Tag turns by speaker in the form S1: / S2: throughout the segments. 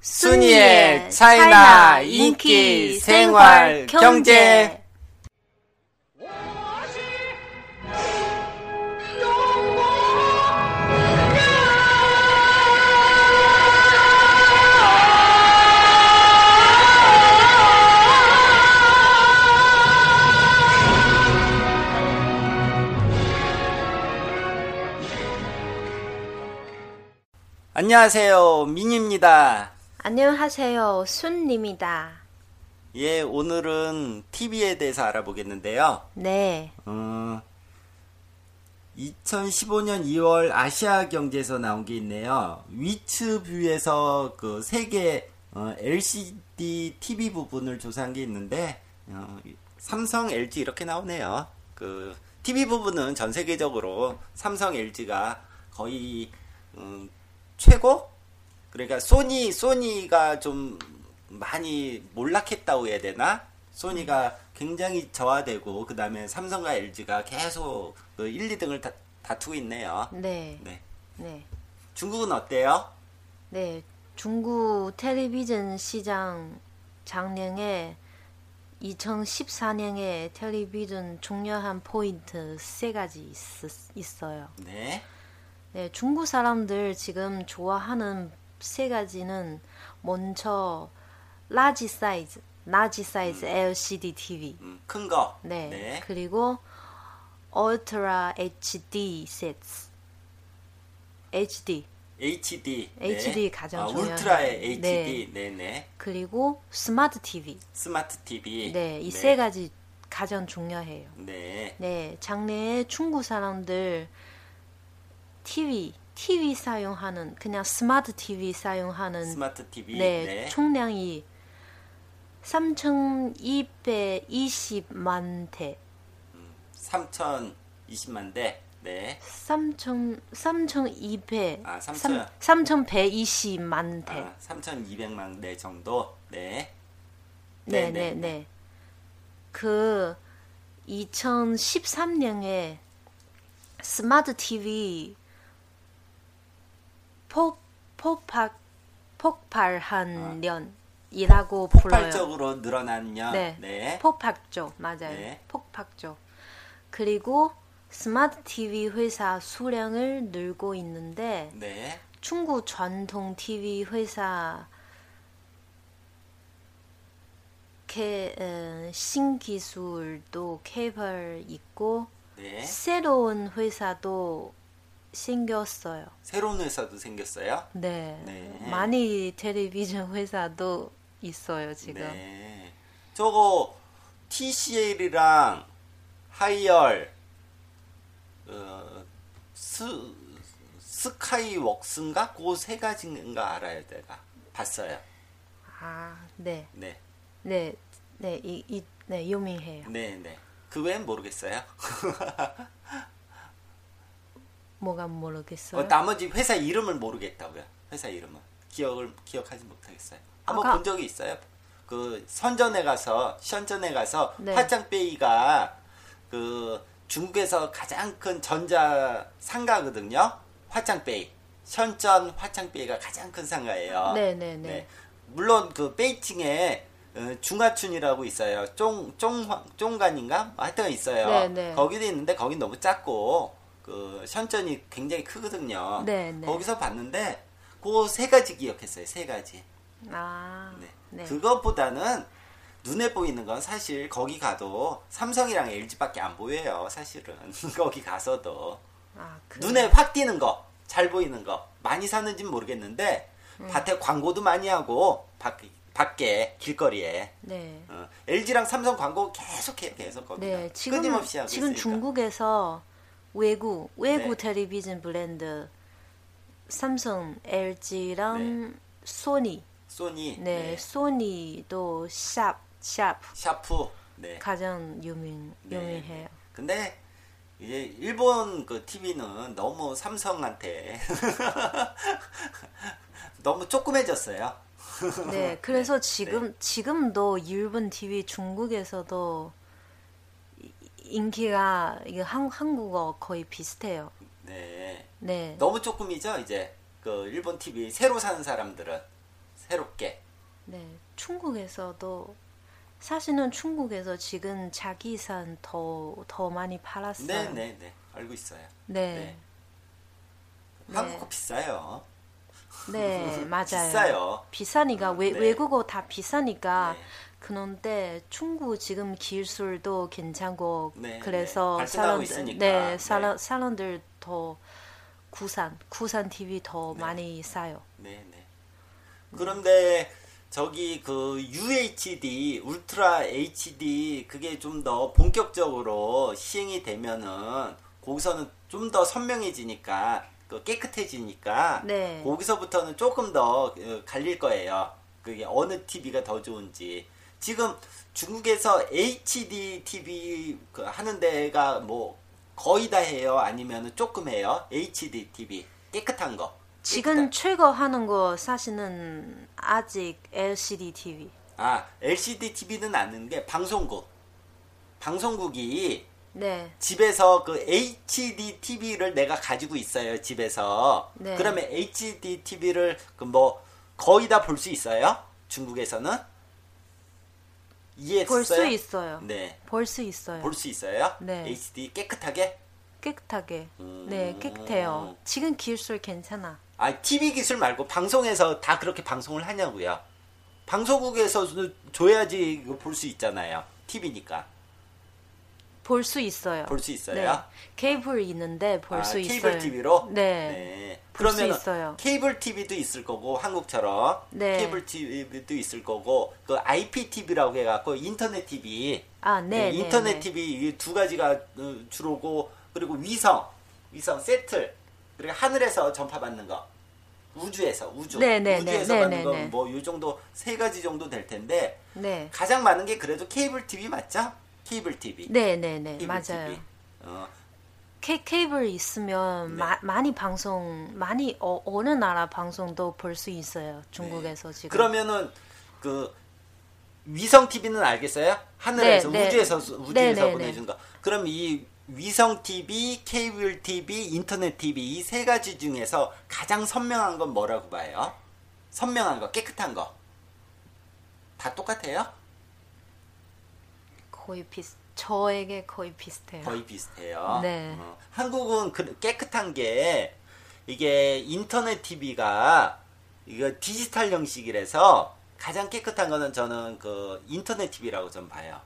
S1: 순이의 차이나 인기 생활 경제 안녕하세요 민입니다.
S2: 안녕하세요. 순입니다.
S1: 예 오늘은 TV에 대해서 알아보겠는데요.
S2: 네.
S1: 어, 2015년 2월 아시아 경제에서 나온 게 있네요. 위츠뷰에서 그 세계 어, LCD TV 부분을 조사한 게 있는데 어, 삼성, LG 이렇게 나오네요. 그 TV 부분은 전 세계적으로 삼성, LG가 거의 음, 최고? 그러니까 소니 소니가 좀 많이 몰락했다고 해야 되나? 소니가
S2: 음.
S1: 굉장히 저하되고 그 다음에 삼성과 LG가 계속 그 1, 2등을 다, 다투고 있네요.
S2: 네.
S1: 네.
S2: 네.
S1: 중국은 어때요?
S2: 네. 중국 텔레비전 시장 작년에 2014년에 텔레비전 중요한 포인트 세 가지 있, 어요
S1: 네.
S2: 네, 중국 사람들 지금 좋아하는 세 가지는 먼저 라지 사이즈, 라지 사이즈 LCD TV.
S1: 음, 큰 거.
S2: 네. 그리고 Ultra HD sets. HD.
S1: HD.
S2: HD 가장
S1: 아,
S2: 중요한
S1: 울트라의
S2: 거죠.
S1: HD. 네. 네
S2: 그리고 스마트 TV.
S1: 스마트 TV.
S2: 네, 이 세 가지 가장 중요해요.
S1: 네.
S2: 네, 장래에 중국 사람들 TV, TV 사용하는 그냥 스마트 TV 사용하는
S1: 스마트 TV.
S2: 네,
S1: 네.
S2: 총량이 3,220만 대.
S1: 3,020만 대. 네.
S2: 3천 3,200
S1: 아, 삼천.
S2: 3,120만 대.
S1: 아, 3,200만 대 정도. 네.
S2: 네,
S1: 네,
S2: 네, 네. 그 2013년에 스마트 TV 폭 폭발 폭발한 년이라고 불러요.
S1: 아. 폭발적으로 늘어난 면.
S2: 네.
S1: 네.
S2: 폭발죠. 맞아요.
S1: 네.
S2: 폭발죠. 그리고 스마트 TV 회사 수량을 늘고 있는데
S1: 네.
S2: 중국 전통 TV 회사 개, 어, 신기술도 케이블 있고
S1: 네.
S2: 새로운 회사도 생겼어요.
S1: 새로운 회사도 생겼어요.
S2: 네.
S1: 네.
S2: 많이 텔레비전 회사도 있어요, 지금.
S1: 네. 저거 TCL이랑 하이얼 어, 스 스카이웍스인가 그 세 가지인가 알아요, 내가 봤어요.
S2: 아, 네.
S1: 네,
S2: 네. 네, 이, 이, 네, 유명해요.
S1: 네, 네. 그 외엔 모르겠어요.
S2: 뭐가 모르겠어요.
S1: 어, 나머지 회사 이름을 모르겠다고요. 회사 이름은 기억을 기억하지 못하겠어요. 한번
S2: 아까-
S1: 본 적이 있어요. 그 선전에 가서 시안전에 가서
S2: 네.
S1: 화짱베이가 그 중국에서 가장 큰 전자 상가거든요. 화짱베이. 시안전 화짱베이가 가장 큰 상가예요.
S2: 네, 네, 네.
S1: 물론 그 베이징에 어, 중화춘이라고 있어요. 쫑, 쫑, 쫑간인가? 뭐 하여튼 있어요.
S2: 네, 네.
S1: 거기도 있는데 거긴 너무 작고 그 션전이 굉장히 크거든요.
S2: 네, 네.
S1: 거기서 봤는데 그 세 가지 기억했어요. 세 가지.
S2: 아,
S1: 네.
S2: 네.
S1: 그것보다는 눈에 보이는 건 사실 거기 가도 삼성이랑 LG밖에 안 보여요. 사실은 거기 가서도
S2: 아, 그,
S1: 눈에 확 띄는 거,
S2: 음.
S1: 잘 보이는 거 많이 사는지는 모르겠는데 밭에 광고도 많이 하고 밖 밖에 길거리에
S2: 네.
S1: 어, LG랑 삼성 광고 계속해요, 계속 겁니다.
S2: 네, 지금
S1: 끊임없이 하고
S2: 지금
S1: 있으니까.
S2: 중국에서 외국 외국
S1: 네.
S2: 텔레비전 브랜드 삼성, LG랑 소니,
S1: 소니,
S2: 네,
S1: 네,
S2: 소니도 샵, 샵
S1: 샤프, 네.
S2: 가장 유명
S1: 네.
S2: 유명해요.
S1: 근데 이제 일본 그 TV는 너무 삼성한테 너무 조그매졌어요.
S2: 네, 그래서 지금 지금도 일본 TV 중국에서도 이- 인기가 이게 한, 한국어 거의 비슷해요.
S1: 네.
S2: 네,
S1: 너무 조금이죠 이제 그 일본 TV 새로 사는 사람들은 새롭게
S2: 네, 중국에서도 사실은 중국에서 지금 자기산 더 더 많이 팔았어요.
S1: 네네네 알고 있어요
S2: 네, 네.
S1: 한국 거 비싸요
S2: 네, 맞아요.
S1: 비싸요
S2: 비싸니까 외,
S1: 네.
S2: 외국어 다 비싸니까
S1: 네.
S2: 그런데 중국 지금 기술도 괜찮고
S1: 네, 네.
S2: 그래서
S1: 발전하고
S2: 사람들
S1: 있으니까.
S2: 네,
S1: 네.
S2: 사람 사람들 더 구산 구산 TV 더
S1: 네.
S2: 많이 싸요.
S1: 네네 그런데 저기 그 UHD 울트라 HD 그게 좀 더 본격적으로 시행이 되면은 거기서는 좀 더 선명해지니까 그 깨끗해지니까
S2: 네.
S1: 거기서부터는 조금 더 어, 갈릴 거예요. 그게 어느 TV가 더 좋은지. 지금 중국에서 HD TV 그 하는 데가 뭐 거의 다 해요. 아니면은 조금 해요. HD TV 깨끗한 거.
S2: 지금
S1: 깨끗한.
S2: 최고 하는 거 사실은 아직 LCD TV.
S1: 아 LCD TV는 아는 게 방송국. 방송국이
S2: 네.
S1: 집에서 그 HD TV를 내가 가지고 있어요 집에서
S2: 네.
S1: 그러면 HD TV를 그 뭐 거의 다 볼 수 있어요 중국에서는 이해했어요?
S2: 볼 수 있어요.
S1: 네,
S2: 볼 수 있어요.
S1: 볼 수 있어요.
S2: 네.
S1: HD 깨끗하게.
S2: 깨끗하게.
S1: 음.
S2: 네, 깨끗해요. 지금 기술 괜찮아.
S1: 아 TV 기술 말고 방송에서 다 그렇게 방송을 하냐고요? 방송국에서 줘야지 볼 수 있잖아요. TV니까
S2: 볼 수 있어요.
S1: 볼 수 있어요.
S2: 네. 케이블 있는데 볼
S1: 아,
S2: 수 있어요.
S1: 케이블 TV로?
S2: 네. 볼수
S1: 그러면
S2: 있어요.
S1: 케이블 TV도 있을 거고 한국처럼
S2: 네.
S1: 케이블 TV도 있을 거고 그 IPTV라고 해갖고 인터넷 TV,
S2: 아, 네. 네,
S1: 인터넷
S2: 네.
S1: TV 이두 가지가 어, 주로고 그리고 위성, 위성 세틀 그리고 하늘에서 전파 받는 거. 우주에서 우주
S2: 네, 네, 네,
S1: 우주에서
S2: 네,
S1: 받는
S2: 네, 네.
S1: 건 뭐 요 정도 세 가지 정도 될 텐데
S2: 네.
S1: 가장 많은 게 그래도 케이블 TV 맞죠? 케이블 TV
S2: 네, 네, 네.
S1: 케이블 TV.
S2: 맞아요.
S1: 어,
S2: 케, 케이블
S1: 네.
S2: 있으면 마- 많이 방송 많이 어, 어느 나라 방송도 볼 수 있어요. 중국에서
S1: 네.
S2: 지금.
S1: 그러면은 그 위성 TV는 알겠어요? 하늘에서
S2: 네, 네.
S1: 우주에서 수- 우주에서
S2: 네, 네,
S1: 보내준 거. 그럼 이 위성 TV, 케이블 TV, 인터넷 TV 이 세 가지 중에서 가장 선명한 건 뭐라고 봐요? 선명한 거, 깨끗한 거. 다 똑같아요?
S2: 거의 비슷 저에게 거의 비슷해요.
S1: 거의 비슷해요.
S2: 네.
S1: 어, 한국은 그- 깨끗한 게 이게 인터넷 TV가 이거 디지털 형식이라서 가장 깨끗한 거는 저는 그 인터넷 TV라고 좀 봐요.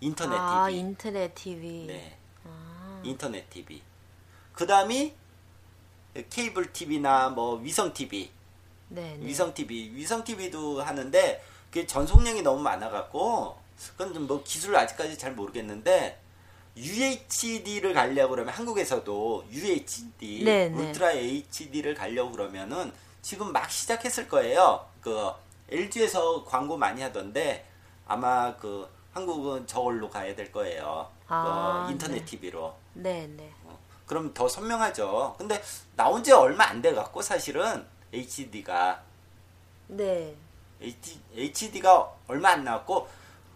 S1: 인터넷
S2: 아,
S1: TV.
S2: 인터넷 TV.
S1: 네.
S2: 아,
S1: 인터넷 TV. 그다음이 케이블 TV나 뭐 위성 TV.
S2: 네, 네.
S1: 위성 TV, 위성 TV도 하는데 그게 전속량이 너무 많아갖고 그건 좀 뭐 기술 아직까지 잘 모르겠는데 UHD를 가려고 그러면 한국에서도 UHD,
S2: 네, 네.
S1: 울트라 HD를 가려고 그러면은 지금 막 시작했을 거예요. 그 LG에서 광고 많이 하던데 아마 그 한국은 저걸로 가야 될 거예요.
S2: 아,
S1: 어, 인터넷
S2: 네.
S1: TV로.
S2: 네, 네.
S1: 그럼 더 선명하죠. 근데 나온 지 얼마 안 돼 갖고 사실은 HD가
S2: 네.
S1: HD, 가 얼마 안 나왔고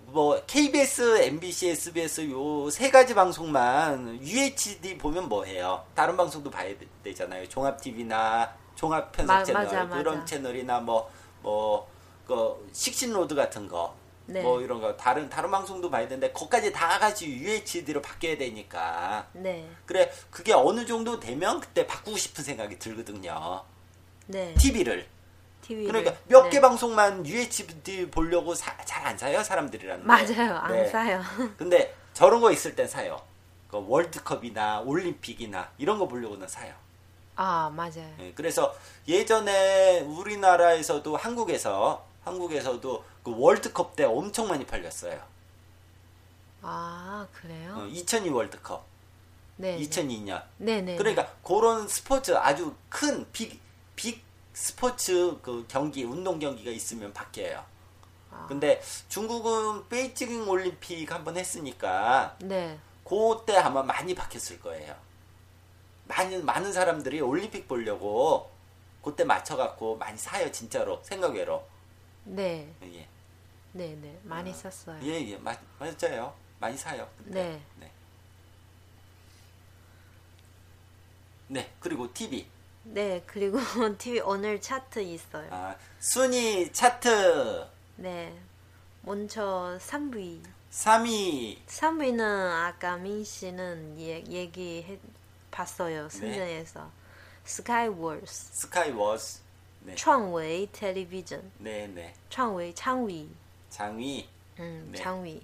S1: 뭐 KBS, MBC, SBS 요 세 가지 방송만 UHD 보면 뭐 해요? 다른 방송도 봐야 되- 되잖아요. 종합 TV나 종합 편성
S2: 마-
S1: 채널
S2: 맞아, 맞아.
S1: 그런 채널이나 뭐, 뭐뭐그 식신로드 같은 거.
S2: 네.
S1: 뭐 이런 거 다른 다른 방송도 봐야 되는데 거기까지 다 같이 UHD로 바뀌어야 되니까
S2: 네.
S1: 그래 그게 어느 정도 되면 그때 바꾸고 싶은 생각이 들거든요
S2: 네.
S1: TV를
S2: TV를.
S1: 그러니까 몇
S2: 네.
S1: 개 방송만 UHD 보려고 잘 안 사요 사람들이라는 거.
S2: 맞아요. 안
S1: 네.
S2: 싸요.
S1: 근데 저런 거 있을 땐 사요 그 월드컵이나 올림픽이나 이런 거 보려고는 사요
S2: 아, 맞아요.
S1: 예, 그래서 예전에 우리나라에서도 한국에서 한국에서도 그 월드컵 때 엄청 많이 팔렸어요.
S2: 아 그래요?
S1: 어, 2002 월드컵,
S2: 네.
S1: 2002년.
S2: 네네.
S1: 그러니까 그런 스포츠 아주 큰 빅 빅 스포츠 그 경기 운동 경기가 있으면 바뀌어요.
S2: 아.
S1: 근데 중국은 베이징 올림픽 한번 했으니까
S2: 네.
S1: 그때 아마 많이 바뀌었을 거예요. 많은 많은 사람들이 올림픽 보려고 그때 맞춰갖고 많이 사요 진짜로 생각외로.
S2: 네.
S1: 예,
S2: 네. 네. 많이 샀어요.
S1: 예, 예, 맞, 맞아요. 많이 사요. 그때.
S2: 네.
S1: 네. 네, 그리고 TV.
S2: 네. 그리고 TV 오늘 차트 있어요.
S1: 아, 순위 차트
S2: 네. 먼저 3위.
S1: 3위.
S2: 3위는 아까 민 씨는 예, 얘기해
S1: 네.
S2: 봤어요. 승전에서. 스카이월스.
S1: 스카이워즈. 네.
S2: 창웨이 텔레비전.
S1: 네, 네.
S2: 창웨이 창위.
S1: 장위.
S2: 음,
S1: 네.
S2: 장위.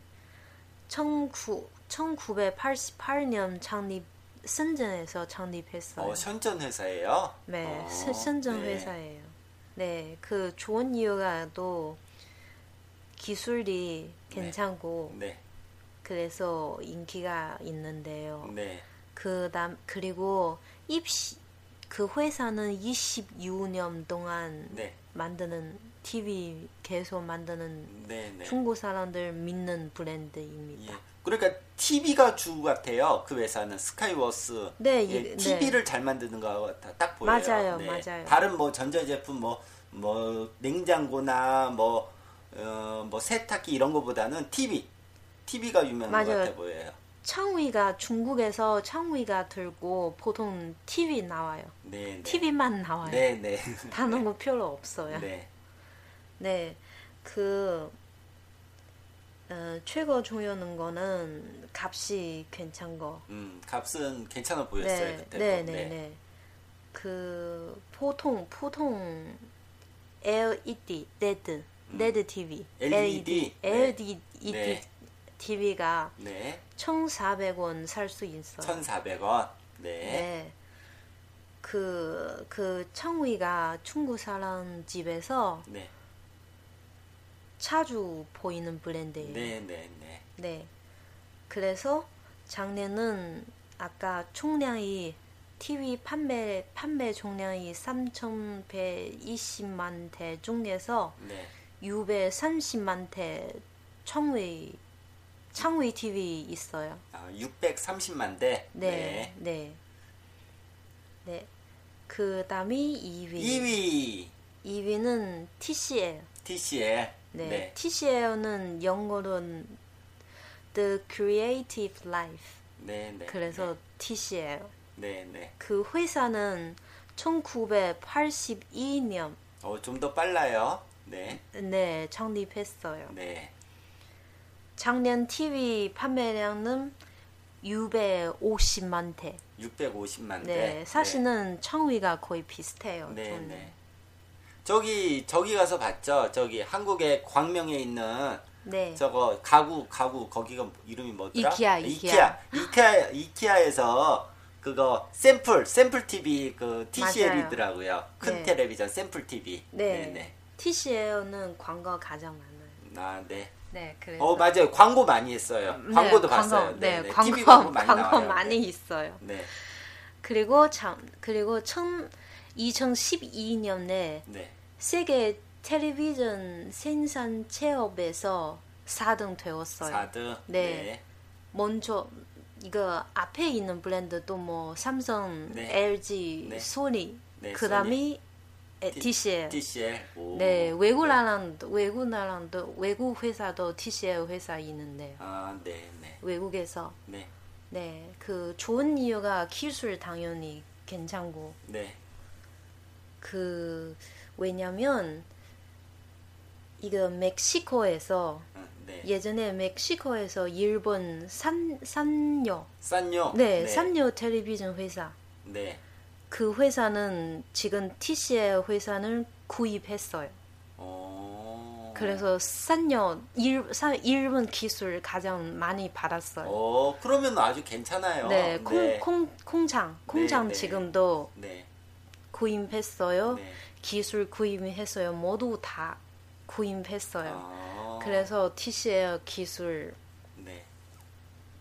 S2: 19, 1988년 창립 선전에서 창립했어요.
S1: 어, 선전 회사예요.
S2: 네,
S1: 어,
S2: 선- 선전
S1: 네.
S2: 회사예요. 네, 그 좋은 이유가 또 기술이 괜찮고
S1: 네.
S2: 그래서 인기가 있는데요.
S1: 네.
S2: 그다음 그리고 입시 그 회사는 26년 동안
S1: 네.
S2: 만드는 TV 계속 만드는
S1: 네, 네.
S2: 중국 사람들 믿는 브랜드입니다.
S1: 예. 그러니까 TV가 주 같아요. 그 회사는 스카이워스.
S2: 네, 이- 네.
S1: TV를 잘 만드는 거 같아 딱 보여요.
S2: 맞아요,
S1: 네.
S2: 맞아요.
S1: 다른 뭐 전자제품 뭐 뭐 냉장고나 뭐 어, 뭐 세탁기 이런 거보다는 TV. TV가 유명한 것
S2: 맞아요.
S1: 같아 보여요.
S2: 창위가 중국에서 창위가 들고 보통 TV 나와요.
S1: 네, 네.
S2: TV만 나와요.
S1: 네, 네.
S2: 단어가 별로 없어요.
S1: 네.
S2: 네, 그 어, 최고 중요한 거는 값이 괜찮은 거.
S1: 음, 값은 괜찮아 보였어요, 그때. 뭐.
S2: 네, 네, 네, 네. 그 보통 보통 E LED, LED,
S1: 음.
S2: LED TV,
S1: LED,
S2: LED,
S1: E 네.
S2: TV가
S1: 네.
S2: 1,400원 살 수 있어요.
S1: 1,400원. 네.
S2: 네. 그, 그, 청위가 중국 사람 집에서
S1: 네.
S2: 자주 보이는 브랜드예요.
S1: 네, 네, 네.
S2: 네. 그래서 작년은 아까 총량이 TV 판매, 판매 총량이 3,120만 대 중에서
S1: 네.
S2: 630만 대 청위, 청위 TV 있어요.
S1: 아, 630만 대.
S2: 네, 네. 네. 그 다음이 2위.
S1: 2위
S2: 2위. 는 TCL.
S1: TCL.
S2: 네. TCL은 영어로는 The Creative Life.
S1: 네, 네.
S2: 그래서 TCL.
S1: 네, 네.
S2: 그 회사는 1982년
S1: 어, 좀 더 빨라요. 네.
S2: 네, 창립했어요.
S1: 네.
S2: 작년 TV 판매량은 650만 대.
S1: 650만
S2: 네,
S1: 대.
S2: 사실은 청위가 거의 비슷해요.
S1: 네,
S2: 저는.
S1: 네. 저기 저기 가서 봤죠. 저기 한국의 광명에 있는
S2: 네.
S1: 저거 가구 가구 거기가 이름이 뭐더라?
S2: 이케아,
S1: 이케아
S2: 이케아.
S1: 이케아 이케아에서 그거 샘플 샘플 TV 그 TCL이더라고요. 큰
S2: 네.
S1: 텔레비전 샘플 TV.
S2: 네.
S1: 네.
S2: TCL는 광고 가장 많아요.
S1: 네. 아, 네.
S2: 네, 그래서
S1: 어 맞아요. 광고 많이 했어요.
S2: 네,
S1: 광고도
S2: 광고,
S1: 봤어요.
S2: 네,
S1: 네네.
S2: 광고
S1: TV
S2: 광고 많이,
S1: 나와요. 네.
S2: 있어요.
S1: 네,
S2: 그리고 참 그리고 천 2012년에
S1: 네.
S2: 세계 텔레비전 생산 체업에서 4등 되었어요.
S1: 사드.
S2: 네. 먼저 이거 앞에 있는 브랜드도 뭐 삼성,
S1: 네.
S2: LG,
S1: 네.
S2: 소니,
S1: 네,
S2: 그다음에 에,
S1: 디-
S2: TCL.
S1: 네. TCL. 오.
S2: 네, 외국 나라도 외국 나라도 외국 회사도 TCL 회사 있는데
S1: 아, 네, 네,
S2: 외국에서
S1: 네,
S2: 네, 그 좋은 이유가 기술 당연히 괜찮고
S1: 네,
S2: 그 왜냐면 이거 멕시코에서
S1: 응, 네.
S2: 예전에 멕시코에서 일본 산 산요
S1: 싼요.
S2: 네, 산요 텔레비전 회사
S1: 네.
S2: 그 회사는 지금 TCL 회사를 구입했어요.
S1: 어.
S2: 그래서 산요 일 산- 일본 기술 가장 많이 받았어요.
S1: 어, 그러면 아주 괜찮아요.
S2: 아.
S1: 네.
S2: 네, 콩콩 공장 공장
S1: 네.
S2: 지금도
S1: 네.
S2: 구입했어요.
S1: 네.
S2: 기술 구입했어요. 모두 다 구입했어요.
S1: 아,
S2: 그래서 TCL 기술
S1: 네.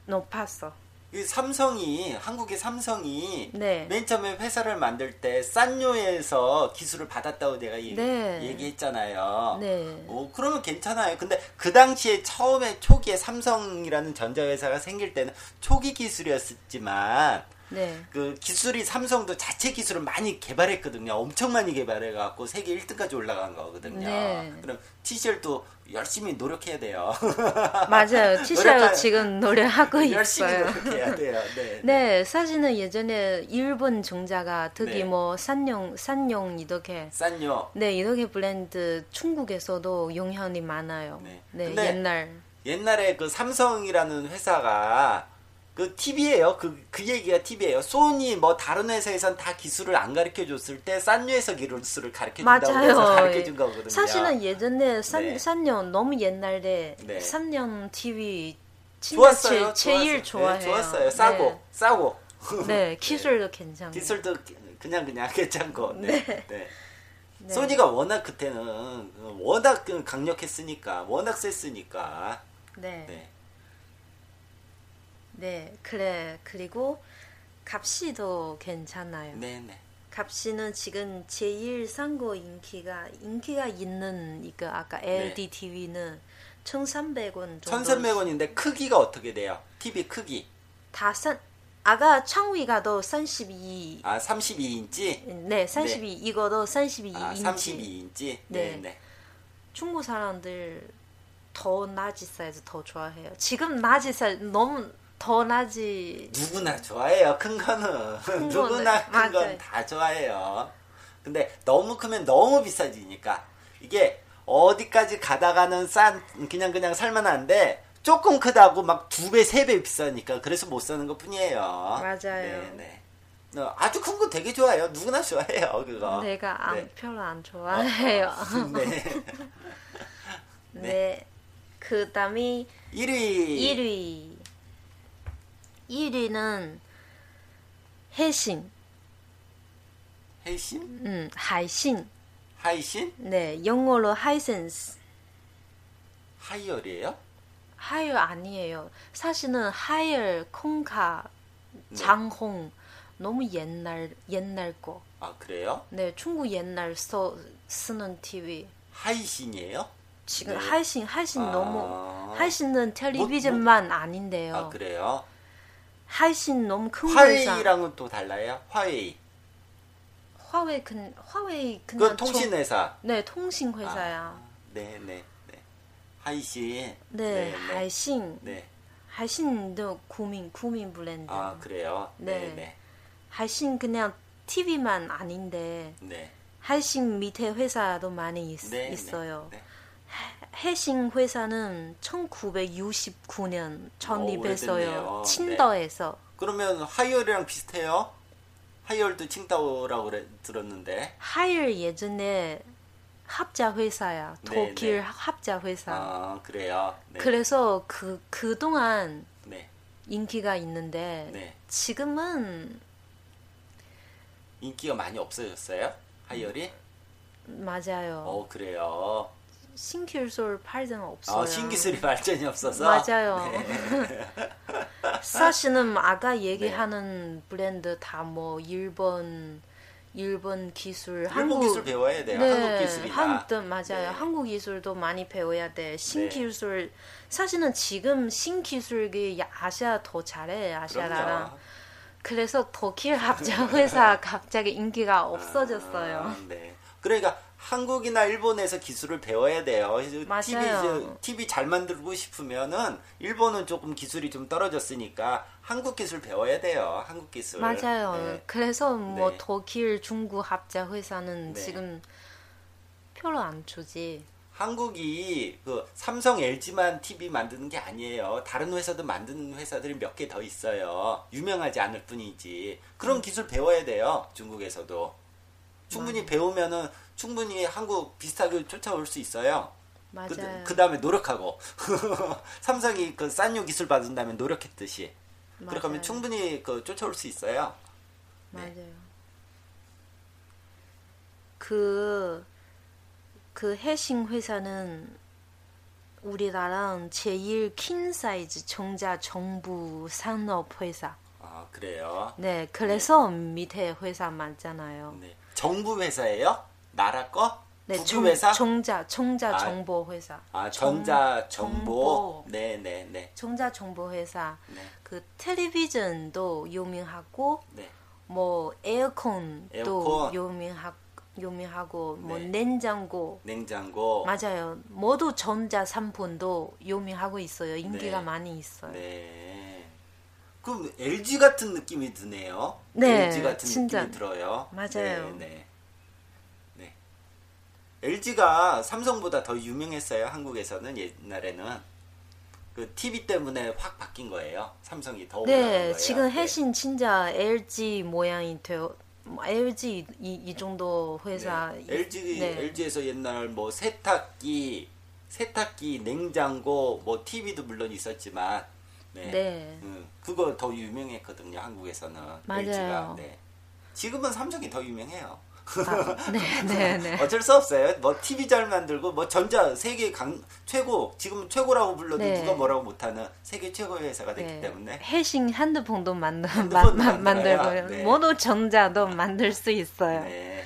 S2: 높았어.
S1: 이 삼성이 한국의 삼성이
S2: 네.
S1: 맨 처음에 회사를 만들 때 산요에서 기술을 받았다고 내가 얘기,
S2: 네.
S1: 얘기했잖아요.
S2: 네.
S1: 오, 그러면 괜찮아요. 근데 그 당시에 처음에 초기에 삼성이라는 전자회사가 생길 때는 초기 기술이었지만
S2: 네.
S1: 그 기술이 삼성도 자체 기술을 많이 개발했거든요. 엄청 많이 개발해갖고 세계 1등까지 올라간 거거든요.
S2: 네.
S1: 그럼 TCL도 열심히 노력해야 돼요.
S2: 맞아요.
S1: 노력하-
S2: TCL 지금 노래하고
S1: 열심히
S2: 있어요.
S1: 노력해야 돼요. 네.
S2: 네, 사실은 예전에 일본 종자가 특히
S1: 네.
S2: 뭐 산용, 산용 이렇게
S1: 싼요.
S2: 네, 이렇게 브랜드 중국에서도 영향이 많아요.
S1: 네.
S2: 네,
S1: 근데-
S2: 옛날.
S1: 옛날에 그 삼성이라는 회사가 그 TV예요. 그, 그 얘기가 TV예요. 소니 뭐 다른 회사에선 다 기술을 안 가르쳐 줬을 때 싼유에서 기술을 가르쳐 준다고 해서
S2: 맞아요.
S1: 가르쳐 준 거거든요.
S2: 사실은 예전에
S1: 네.
S2: 산, 산년 너무 옛날에
S1: 네.
S2: 산년 TV 진짜
S1: 좋았어요.
S2: 제, 제일
S1: 좋았어요.
S2: 좋아해요.
S1: 네, 좋았어요. 싸고 싸고.
S2: 네, 네, 기술도 괜찮고.
S1: 기술도 그냥 그냥 괜찮고. 네. 네.
S2: 네.
S1: 소니가 워낙 그때는 워낙 그 강력했으니까 워낙 셌으니까.
S2: 네.
S1: 네.
S2: 네, 그래. 그리고 값이도 괜찮아요.
S1: 네, 네.
S2: 값이는 지금 제일 상고 인기가 인기가 있는 이거 아까 LED TV는 1,300원 정도.
S1: 네.
S2: 네.
S1: 1,300원인데 크기가 어떻게 돼요? TV 크기.
S2: 다산 아까 창위가 더 32.
S1: 아, 32인치?
S2: 네, 32 이거도 32인치.
S1: 아, 32인치. 네,
S2: 네.
S1: 네.
S2: 중국 사람들 더 낮은 사이즈 더 좋아해요. 지금 낮은 사이즈 너무 더 낮이
S1: 누구나 좋아해요. 큰 거는
S2: 큰 거는,
S1: 누구나 큰 건
S2: 맞아요.
S1: 다 좋아해요. 근데 너무 크면 너무 비싸지니까 이게 어디까지 가다가는 싼 그냥 그냥 살만한데 조금 크다고 막 두 배 세 배 비싸니까 그래서 못 사는 것 뿐이에요.
S2: 맞아요.
S1: 네, 네. 어, 아주 큰 거 되게 좋아해요. 누구나 좋아해요. 그거.
S2: 내가 안
S1: 네.
S2: 별로 안 좋아해요.
S1: 네.
S2: 네. 그다음에
S1: 1위.
S2: 1위. 1위는 해신,
S1: 해신?
S2: 음, 하이신.
S1: 하이신?
S2: 네, 영어로 하이센스.
S1: 하이얼이에요?
S2: 하이얼 아니에요. 사실은 하이얼, 콩카,
S1: 네.
S2: 장홍 너무 옛날 옛날 거.
S1: 아, 그래요?
S2: 네, 중국 옛날 써 쓰는 TV.
S1: 하이신이에요?
S2: 지금
S1: 네.
S2: 하이신 하이신
S1: 아.
S2: 너무 하이신은 텔레비전만 아닌데요.
S1: 아, 그래요?
S2: 하이신 너무 큰 회사.
S1: 화웨이랑은 또 달라요? 화웨이.
S2: 화웨이 근 화웨이 그냥
S1: 그건 통신회사.
S2: 저- 네, 통신 회사야.
S1: 네, 네, 네. 하이신.
S2: 네, 하이신.
S1: 네.
S2: 하이신도 구민 구민 브랜드.
S1: 아, 그래요? 네,
S2: 네.
S1: 네.
S2: 하이신 그냥 TV만 아닌데
S1: 네.
S2: 하이신 밑에 회사도 많이 있,
S1: 네,
S2: 어요
S1: 네.
S2: 해신 회사는 1969년
S1: 오래됐네요.
S2: 건립했어요. 친더에서.
S1: 그러면 하이얼이랑 비슷해요? 하이얼도 칭다오라고 그래, 들었는데.
S2: 하일 예전에 합자 회사야.
S1: 네,
S2: 독일
S1: 네.
S2: 합자 회사.
S1: 아, 그래요? 네.
S2: 그래서 그 그동안
S1: 네.
S2: 인기가 있는데
S1: 네.
S2: 지금은
S1: 인기가 많이 없어졌어요? 하이얼이?
S2: 음. 맞아요.
S1: 어, 그래요.
S2: 신기술 팔자는 없어요.
S1: 아, 신기술이 발전이 없어서.
S2: 맞아요.
S1: 네.
S2: 사실은 아까 얘기하는 브랜드 다 뭐 일본 일본
S1: 네.
S2: 기술,
S1: 일본
S2: 한국 네,
S1: 기술 배워야 돼요. 한국 기술이나.
S2: 한도 맞아요.
S1: 네.
S2: 한국 기술도 많이 배워야 돼.
S1: 네.
S2: 신기술 사실은 지금 신기술이 아시아 더 잘해 아시아 나라.
S1: 그럼요.
S2: 그래서 독일 합작 회사 갑자기 인기가 없어졌어요.
S1: 아, 네. 그러니까 한국이나 일본에서 기술을 배워야 돼요. TV,
S2: 맞아요.
S1: 이제 TV 잘 만들고 싶으면은 일본은 조금 기술이 좀 떨어졌으니까 한국 기술 배워야 돼요. 한국 기술.
S2: 맞아요.
S1: 네.
S2: 그래서 뭐
S1: 네.
S2: 독일 중국 합작 회사는
S1: 네.
S2: 지금 표를 안 주지.
S1: 한국이 그 삼성, LG만 TV 만드는 게 아니에요. 다른 회사도 만드는 회사들이 몇 개 더 있어요. 유명하지 않을 뿐이지.
S2: 음.
S1: 그런 기술 배워야 돼요. 중국에서도. 충분히 배우면은 충분히 한국 비슷하게 쫓아올 수 있어요.
S2: 맞아요.
S1: 그 다음에 노력하고 삼성이 그 싼요 기술 받은 다음에 노력했듯이 그렇게 하면
S2: 맞아요.
S1: 충분히 그 쫓아올 수 있어요. 네.
S2: 맞아요. 그 그 해싱 회사는 우리나라랑 제일 큰 사이즈 종자 정부 산업 회사.
S1: 아 그래요.
S2: 네, 그래서 밑에 회사 많잖아요.
S1: 네. 정부 회사예요? 나라 거?
S2: 네,
S1: 국유
S2: 종-
S1: 회사?
S2: 종자, 종자
S1: 아,
S2: 정보 회사.
S1: 아
S2: 정-
S1: 전자 정보.
S2: 정보.
S1: 네네네. 네,
S2: 종자 정보 회사.
S1: 네.
S2: 그 텔레비전도 유명하고
S1: 네.
S2: 뭐 에어컨도
S1: 에어컨.
S2: 유명하, 유명하고 뭐
S1: 네.
S2: 냉장고
S1: 냉장고.
S2: 맞아요. 모두 전자 상품도 유명하고 있어요. 인기가
S1: 네.
S2: 많이 있어요. 네,
S1: 네. 그럼 LG 같은 느낌이 드네요.
S2: 네,
S1: LG 같은
S2: 진짜.
S1: 느낌이 들어요. 네,
S2: 맞아요.
S1: 네. LG가 삼성보다 더 유명했어요. 한국에서는 옛날에는 그 TV 때문에 확 바뀐 거예요. 삼성이 더 올라간 거예요.
S2: 네, 지금
S1: 네.
S2: 해신 진짜 LG 모양이 되어 LG 이, 이 정도 회사
S1: 네. LG
S2: 네.
S1: LG에서 옛날 뭐 세탁기, 세탁기, 냉장고, 뭐 TV도 물론 있었지만 네.
S2: 네.
S1: 음, 그거 더 유명했거든요. 한국에서는
S2: 맞아요.
S1: LG가. 네. 지금은 삼성이 더 유명해요.
S2: 아, 네, 네, 네.
S1: 어쩔 수 없어요. 뭐 TV 잘 만들고 뭐 전자 세계 강 최고 지금 최고라고 불러도
S2: 네.
S1: 누가 뭐라고 못하는 세계 최고의 회사가 됐기
S2: 네.
S1: 때문에
S2: 해신 핸드폰도 만들
S1: 핸드폰도
S2: 마- 마-
S1: 만들어요.
S2: 만들고요.
S1: 네.
S2: 모두 전자도 만들 수 있어요.
S1: 네.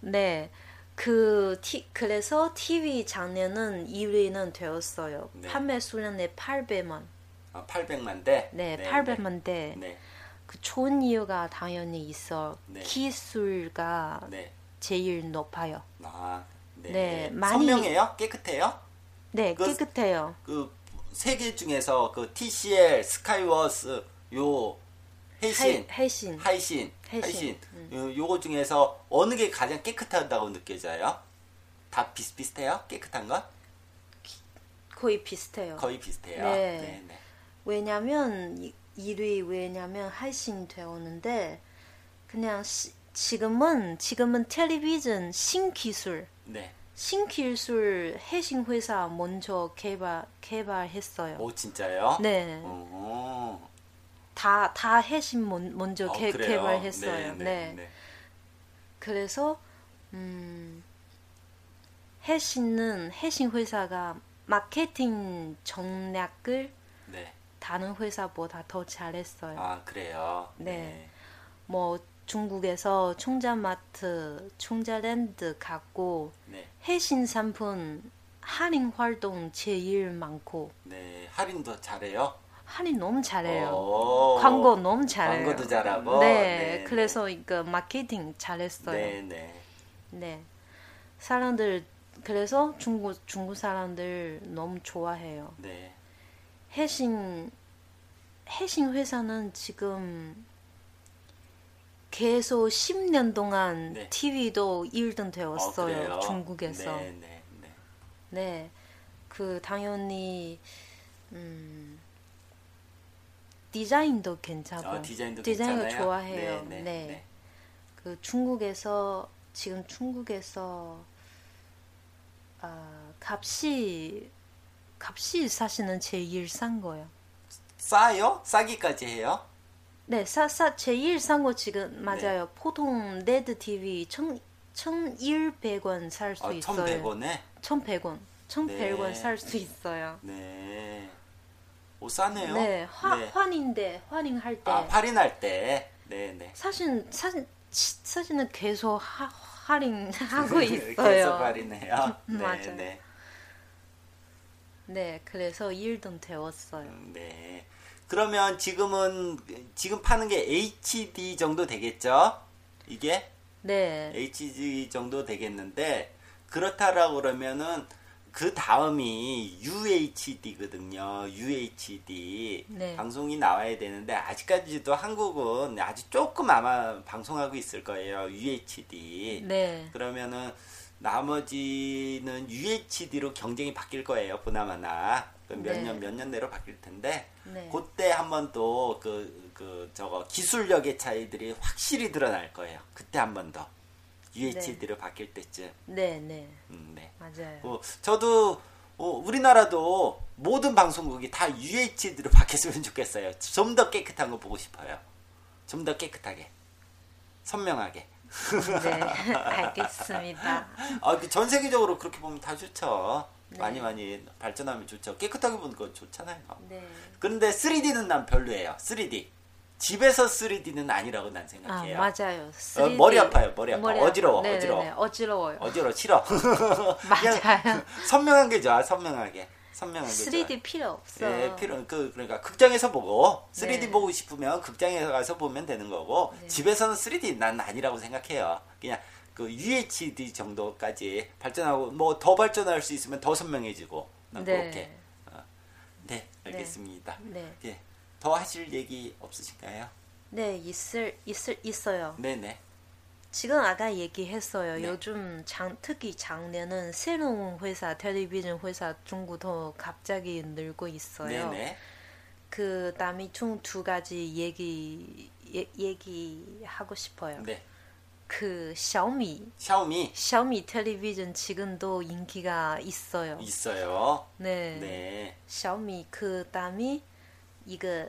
S2: 네. 그 티, 그래서 TV 작년은 1위는 되었어요.
S1: 네.
S2: 판매 수는 800만.
S1: 아, 800만 대.
S2: 네, 800만 대.
S1: 네.
S2: 그 좋은 이유가 당연히 있어.
S1: 네.
S2: 기술가
S1: 네.
S2: 제일 높아요.
S1: 아, 네.
S2: 네, 많이-
S1: 선명해요? 깨끗해요?
S2: 네,
S1: 그-
S2: 깨끗해요.
S1: 그 세 개 중에서 그 TCL, 스카이워스, 요 해신,
S2: 해, 해신.
S1: 하이신,
S2: 해신. 음.
S1: 하이신, 요- 요거 중에서 어느 게 가장 깨끗하다고 느껴져요? 다 비슷비슷해요? 깨끗한 건
S2: 거의 비슷해요.
S1: 거의 비슷해요.
S2: 네.
S1: 네.
S2: 왜냐면 1위 왜냐면 하이신 되었는데 그냥 시- 지금은 지금은 텔레비전 신기술
S1: 네.
S2: 신기술 해신 회사 먼저 개발 개발했어요.
S1: 오 진짜요?
S2: 네,
S1: 어.
S2: 다 다 해신 먼, 먼저
S1: 어,
S2: 개,
S1: 그래요?
S2: 발했어요 네,
S1: 네.
S2: 그래서 음, 해신은 해신 회사가 마케팅 전략을
S1: 네.
S2: 다른 회사보다 더 잘했어요.
S1: 아 그래요.
S2: 네. 뭐 중국에서 총자마트, 총자랜드 갖고
S1: 네.
S2: 해신 상품 할인 활동 제일 많고
S1: 네. 네. 할인도 잘해요.
S2: 할인 너무
S1: 어.
S2: 잘해요.
S1: 오.
S2: 광고 너무 잘해요.
S1: 광고도 잘하고.
S2: 네,
S1: 네,
S2: 그래서 이거 마케팅 잘했어요.
S1: 네,
S2: 네.
S1: 네.
S2: 사람들 그래서 중국 중국 사람들 너무 좋아해요.
S1: 네.
S2: 해신 해신 회사는 지금 계속 10년 동안
S1: 네.
S2: TV도 1등
S1: 어,
S2: 되었어요.
S1: 그래요?
S2: 중국에서.
S1: 네, 네, 네.
S2: 네. 그 당연히 음 디자인도 괜찮고
S1: 어, 디자인도
S2: 디자인을
S1: 괜찮아요.
S2: 좋아해요.
S1: 네, 네,
S2: 네.
S1: 네.
S2: 그 중국에서 지금 중국에서 아, 값이 값이 사실은 제일 싼 거예요.
S1: 싸요? 싸기까지 해요?
S2: 네, 사사 제일 싼 거
S1: 네.
S2: 지금 맞아요. 보통 레드 TV 천 1,100원 살 수
S1: 아,
S2: 있어요.
S1: 1,100원에?
S2: 1,100원. 1,100원
S1: 네.
S2: 살 수 있어요.
S1: 네. 오, 싸네요.
S2: 네, 화, 네.
S1: 네.
S2: 환인데 환인할 때
S1: 아, 할인할 때. 네, 네.
S2: 사실 사실 치- 사실은 계속 하, 할인하고
S1: 계속
S2: 있어요. 음,
S1: 할인해요. 네,
S2: 맞아요.
S1: 네.
S2: 네, 그래서 1등 되었어요.
S1: 음, 네. 그러면 지금은 지금 파는 게 HD 정도 되겠죠? 이게?
S2: 네,
S1: HG 정도 되겠는데 그렇다라고 그러면은 그 다음이 UHD거든요. UHD
S2: 네.
S1: 방송이 나와야 되는데 아직까지도 한국은 아주 조금 아마 방송하고 있을 거예요. UHD.
S2: 네,
S1: 그러면은 나머지는 UHD로 경쟁이 바뀔 거예요. 보나마나 그
S2: 네.
S1: 몇년 몇 년 내로 바뀔 텐데
S2: 네.
S1: 그때 한번 또 그 그 저거 기술력의 차이들이 확실히 드러날 거예요. 그때 한 번 더 UHD로 바뀔 때쯤.
S2: 네, 네,
S1: 음, 네.
S2: 맞아요.
S1: 어, 저도 어, 우리나라도 모든 방송국이 다 UHD로 바뀌었으면 좋겠어요. 좀 더 깨끗한 거 보고 싶어요. 좀 더 깨끗하게, 선명하게.
S2: 네, 알겠습니다.
S1: 아, 그전 세계적으로 그렇게 보면 다 좋죠.
S2: 네.
S1: 많이 많이 발전하면 좋죠. 깨끗하게 보는 거 좋잖아요.
S2: 네.
S1: 근데 3D는 난 별로예요. 3D. 집에서 3D는 아니라고 난
S2: 아
S1: 생각해요. 어,
S2: 맞아요. 3D.
S1: 머리 아파요, 머리 아파. 어지러워,
S2: 네네네,
S1: 어지러워.
S2: 어지러워요.
S1: 어지러 싫어. 그냥
S2: 맞아요.
S1: 선명한 게 좋아. 선명하게. 선명한 게 좋아.
S2: 3D 필요 없어.
S1: 예, 필요 그 그러니까 극장에서 보고 3D
S2: 네.
S1: 보고 싶으면 극장에 가서 보면 되는 거고 집에서는 3D 난 아니라고 생각해요. 그냥 그 UHD 정도까지 발전하고 뭐 더 발전할 수 있으면 더 선명해지고 난
S2: 네.
S1: 그렇게 어. 네 알겠습니다.
S2: 네.
S1: 예. 더 하실 얘기 없으신가요?
S2: 네, 있을 있을 있어요.
S1: 네네.
S2: 지금 아까 얘기했어요.
S1: 네.
S2: 요즘 장, 특히 작년은 새로운 회사, 텔레비전 회사 중국 더 갑자기 늘고 있어요.
S1: 네네.
S2: 그 다음에 총 두 가지 얘기 예, 얘기하고 싶어요.
S1: 네.
S2: 그 샤오미
S1: 샤오미
S2: 샤오미 텔레비전 지금도 인기가 있어요.
S1: 있어요.
S2: 네.
S1: 네.
S2: 샤오미 그 다음에 이거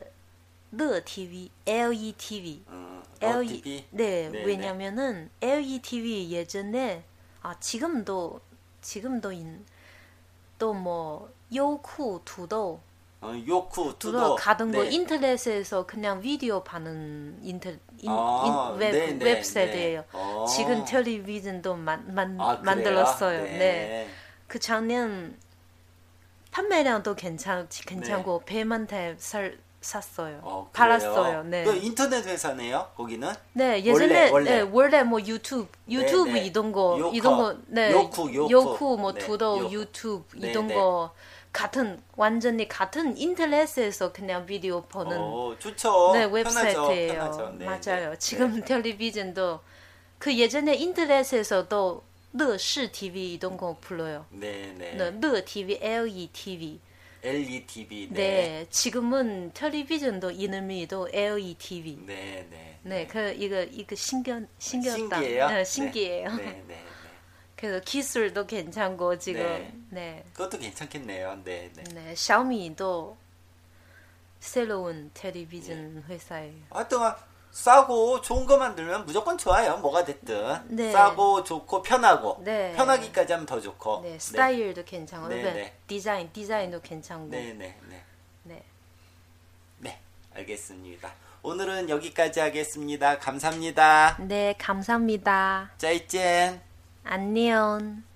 S2: 르 TV, LE TV.
S1: 음,
S2: LE
S1: LTV.
S2: 네,
S1: 네,
S2: 왜냐면은 LE TV 예전에 아 지금도 지금도 또뭐 요쿠 두도
S1: 어, 요쿠
S2: 두도
S1: 투도
S2: 같은 거
S1: 네.
S2: 인터넷에서 그냥 비디오 파는 인터 인,
S1: 아,
S2: 인- 웹,
S1: 네, 네,
S2: 웹사이트예요.
S1: 네. 어.
S2: 지금 텔레비전도 만, 만,
S1: 아, 그래요?
S2: 만들었어요. 네. 그 작년 판매량도 괜찮 괜찮고 배만 대 살, 샀어요.
S1: 네. 어,
S2: 팔았어요.
S1: 그래요?
S2: 네.
S1: 그 인터넷 회사네요. 거기는
S2: 네, 예전에
S1: 원래,
S2: 네,
S1: 원래.
S2: 원래, 뭐 유튜브 유튜브
S1: 네.
S2: 이런 거
S1: 요커,
S2: 이런 거 네.
S1: 요쿠, 요쿠.
S2: 뭐
S1: 네,
S2: 두더
S1: 요쿠.
S2: 유튜브
S1: 네,
S2: 이런
S1: 네.
S2: 거 같은 완전히 같은 인터넷에서 그냥 비디오 보는
S1: 어, 좋죠.
S2: 네,
S1: 편하죠.
S2: 웹사이트예요.
S1: 편하죠. 네,
S2: 맞아요.
S1: 네.
S2: 지금 텔레비전도 그 예전에 인터넷에서도 르시 TV 이런 거 불러요.
S1: 네, 네.
S2: 네, 르 TV, LE TV.
S1: LETV.
S2: 네.
S1: 네.
S2: 지금은 텔레비전도 이름이도 LE TV.
S1: 네, 네.
S2: 네, 그 이거 이거 신경 신기하다.
S1: 신기해요.
S2: 네, 신기해요.
S1: 네, 네. 네.
S2: 그래서 기술도 괜찮고 지금 네.
S1: 그것도 괜찮겠네요. 네, 네.
S2: 네. 샤오미도 새로운
S1: 네.
S2: 텔레비전 회사예요.
S1: 하여튼 싸고 좋은 거 만들면 무조건 좋아요. 뭐가 됐든.
S2: 네.
S1: 싸고 좋고 편하고.
S2: 네.
S1: 편하기까지 하면 더 좋고.
S2: 네, 스타일도 괜찮고
S1: 어, 네,
S2: 네,
S1: 네.
S2: 디자인 디자인도 괜찮고.
S1: 네, 네, 네.
S2: 네.
S1: 네. 알겠습니다. 오늘은 여기까지 하겠습니다. 감사합니다.
S2: 네, 감사합니다.
S1: 짜이젠.
S2: 안녕.